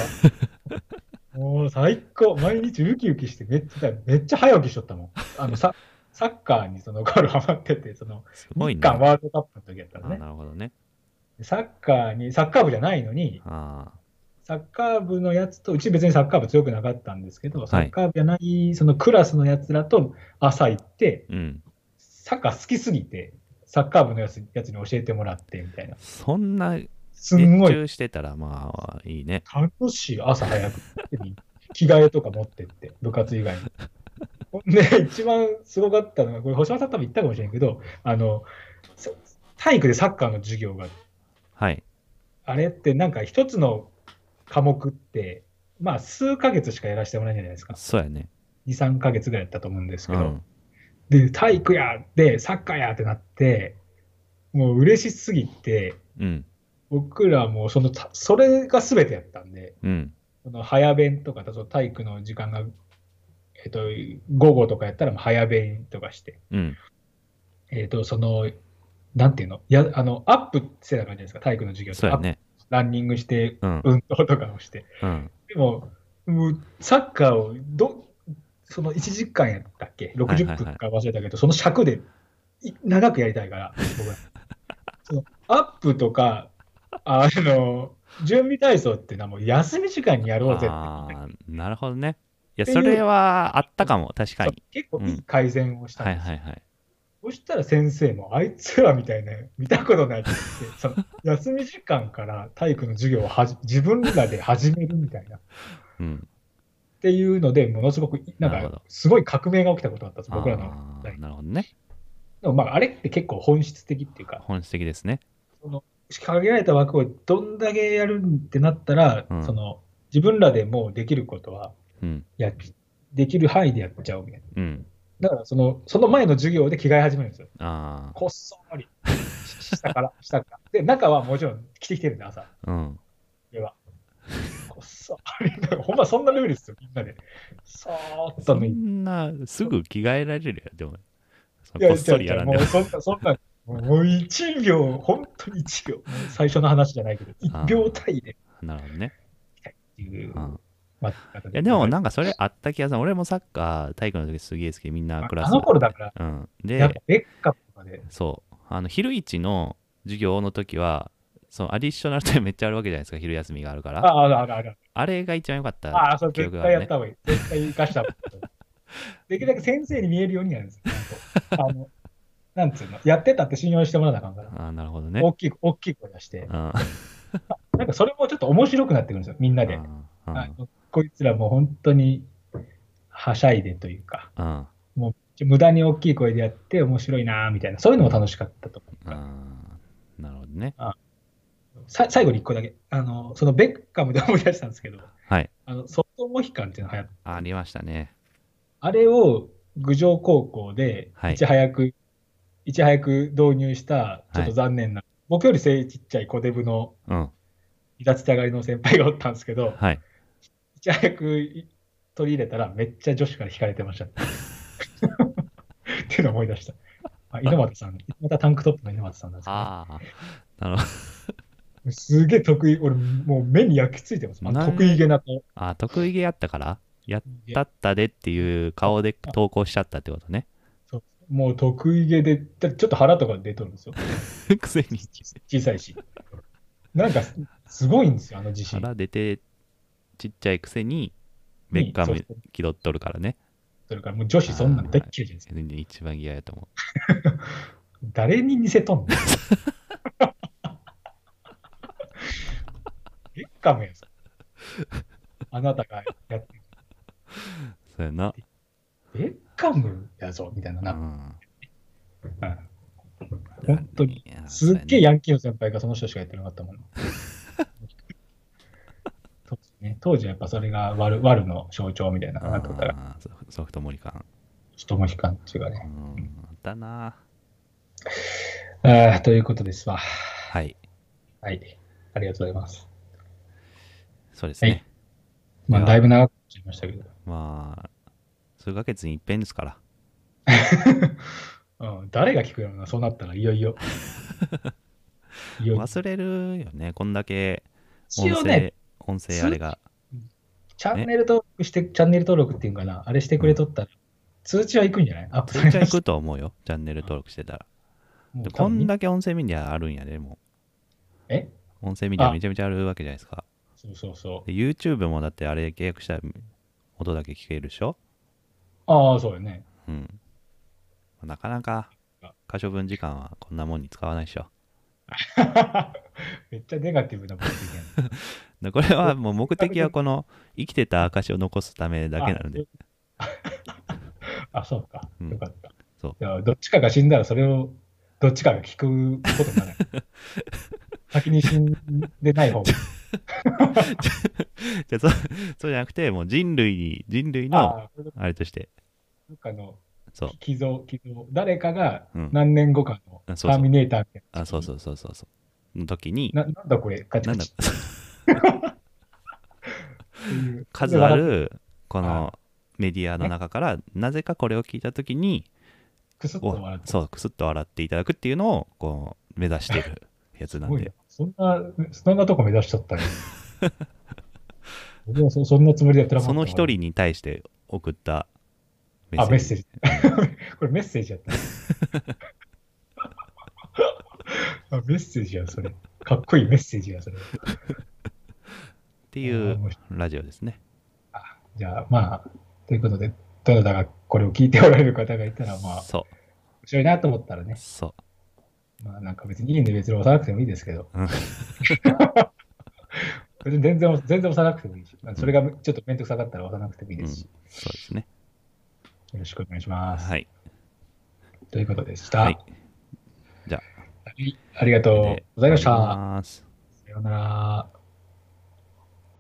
もう最高。毎日ウキウキして、めっちゃ、めっちゃ早起きしとったもん。あの、さサッカーにその頃ハマってて、その、
すごい
日
な。
韓ワールドカップの時やった
あ
のね。
なるほどね。
サッカーに、サッカー部じゃないのに、
ああ。
サッカー部のやつと、うち別にサッカー部強くなかったんですけど、
い
サッカー部じゃない、そのクラスのやつらと朝行って、
うん。
サッカー好きすぎて、サッカー部のやつやつに教えてもらってみたいな。
そんな熱
すんごい
中してたら、まあ、いいね。
楽しい、朝早く。着替えとか持ってって、 部活以外に。ほんで、一番すごかったのが、これ、星間さん多分言ったかもしれんけど、あの、さ体育でサッカーの授業が、
はい。
あれってなんか一つの科目って、まあ数ヶ月しかやらせてもらえないじゃないですか。
そうやね。
2、3ヶ月ぐらいやったと思うんですけ
う
ど、
ん。
で、体育やって、サッカーやってなって、もう嬉しすぎて、
うん。
僕らもうそのた、それが全てやったんで、
うん。
その早弁とか、その体育の時間が、えっと、午後とかやったらもう早弁とかして、
うん。
えっ、と、その、なんていうのやあの、アップしてた感じですか、体育の授業
そう
と
や
か、
ね。
ランニングして、
うん。
運動とかをして。
うん。
でも、もうサッカーをど、その1時間やったっけ、
はいはい
60分か忘れたけど、その尺でい長くやりたいから、僕は そのアップとか、あの、準備体操っていうのはもう休み時間にやろうぜ
ああ、なるほどね。いや、
ってい
そうれはあったかも、確か
そう
に。
結構いい改善をしたん
は
です
い
よ、
はいはい。
そしたら先生も、あいつらみたいな、見たことないって言って、その休み時間から体育の授業をはじ自分らで始めるみたいな。
うん。
っていうので、ものすごく、なん
なるほど
か、すごい革命が起きたことだったんです、僕らの
あ
代
ーなるほどね。
でもまあ、あれって結構本質的っていうか、
本質的ですね。
限られた枠をどんだけやるってなったら、
うん
その自分らでもうできることは
うん。
やっ、できる範囲でやっちゃおうみたい
うん。
な。だからその、その前の授業で着替え始めるんですよ。
あ
こっそり。下から、 下から。で、中はもちろん着てきてるんで、朝。
あ。うん。
では。こっそり。 ほんまそんなレベルですよ、みんなで。そーっと
そ
抜いて。
んな、すぐ着替えられるよ、でも。そ
い
のこっそりやらん
も
で
う
も。
そんな、そんな、もう1秒、本当に1秒、もう最初の話じゃないけど、
あ
1
ー
秒単位で
なるほどね。
っていう
う、ん。
待
いや、でも
な、
なんかそれあった気がする。俺もサッカー、体育の時すげえ好きで、みんな
あ
クラス。
あの頃だから、
うん。
やっぱ
で、
ベッカムとかで、
そう。あの、昼一の授業の時は、そのアディショナルタイムめっちゃあるわけじゃないですか、昼休みがあるか
あ
ら。あ
あ、あるあるある。
れが一番良かった。
ああ、そう、
記
絶
憶があ
対
る
や
ね
った。方がいい。絶対生かした方がいい。できるだけ先生に見えるようにやるんですよ。ちゃんとあの、なんつうの、やってたって信用してもらわなあかんから。
ああ、なるほどね。
大きい、大きい声出して、
うん。
なんかそれもちょっと面白くなってくるんですよ、みんなで。
う
あ
ん
のこいつらもう本当に、はしゃいでというか、
うん
無駄に大きい声でやって面白いなあみたいな、そういうのも楽しかったと思う
う
から
んなるほどね。
さ最後に1個だけ、あのそのベッカムで思い出したんですけど、
はい。
あのソフトモヒカンっていうのが流行って、
ありましたね。
あれを郡上高校で
はい
いち早く、い、ち早く導入した、ちょっと残念な、僕より背ちっちゃい小デブの
うん。
いたつき上がりの先輩がおったんですけど、
はい。
いち早くい取り入れたら、めっちゃ女子から惹かれて ました。っていうのを思い出した。あ猪俣さん、またタンクトップの猪俣さんなんですけど、
ああ。なるほど。
すげえ得意、俺、もう目に焼き付いてます。あ
な
の
ん
得意げな顔。
ああ、得意げやったから、やったったでっていう顔で投稿しちゃったってことね。
もう得意げで、だちょっと腹とか出とるんです よ。
くせに。
小さいし。なんかす、すごいんですよ、あの自信。
腹出てちっちゃいくせにベッカ
に
ム
そう
気取っとるからね
それから、もう女子そんなん大っ嫌いじゃないですか。
一番嫌やと思
誰に似せとん のベッカムやぞ。あなたがやってる。
うそうやな
ベッカムやぞ、みたいな
う
な。
ん
うん本当に
いや
すっげえ
そうやね
ヤンキーの先輩がその人しかやってなか ったもん。当時ね、当時やっぱそれが悪悪の象徴みたいなのがあったから、
あーソフソフトモリ感
人も引かんっていうか
う
ね。
んあったな
ああ、ということですわ。
はい
はい。ありがとうございます。
そうですね
まあ、
いや
だいぶ長くなっちゃいましたけど。
まあ数ヶ月に一遍ですから
うん、誰が聞くような、そうなったらいよいよ。いよいよ。
忘れるよねこんだけ音
一応
声、
ね、
音声あれが
チャンネル登録して、チャンネル登録っていうかな、あれしてくれとったら、通知は行くんじゃないアップ
通
され
知
ま
は行
した
くと思うよチャンネル登録して たら
も
で
う
こ
多分
んだけ音声メディアあるんやでも
え
う音声メディア
あ
めちゃめちゃあるわけじゃないですか
そうそうそう。
で YouTube もだってあれ契約したら音だけ聞けるでしょ
ああ、そうよね。
うん。なかなか、可処分時間はこんなもんに使わないでしょ。
めっちゃネガティブなこと言うね
でこれはもう目的はこの生きてた証を残すた めだけなので、
あ、そうか
うん。
よかった。
そう
いやどっちかが死んだらそれを、どっちかが聞くことになる。 先に死んでない方が。
じゃあそう そうじゃなくて、もう人類に、人類の
ああ、これど
あれとして、
っかの
そう、
寄贈、寄贈。誰かが
うん
何年後かの
あそうそう
ターミネーターみたい
あ、そうそうそうそうそう、の時に、
な。ななんだこれガチガ
な んだ
チっていう。
数あ
で。
るこのメディアの中から、なぜかこれを聞いた時に、
くすっと
を
笑って。
そうくすっと笑っていただくっていうのをこう目指してるやつ
す
なん
ごい
で
な。そんな、そんなとこ目指しちゃ ったね。僕もそそんなつもりでやってなかった
そ
な
の一人に対して送ったメ
あ、メ
ッ
ッ
セ
セ
ー
ー
ジ
ジ。これメッセージや った。あメッセージや、それ。かっこいいメッセージや、それ。
っていうラジオですね。
じゃあ、まあ、ということで、どなたがこれを聞いておられる方がいたら、まあ、面
そ
白いなと思ったらね
う、そ
まあ、なんか別にいいんで別に押さなくてもいいですけど
うん。、
別に全然、全然押さなくてもいいし、それがちょっと面倒くさかったら押さなくてもいいうで
うん、
すし
そ、うですね。
よろしくお願いします。
はい、
ということでした。
はい、
はいありがとうございました。
ます。
さようなら。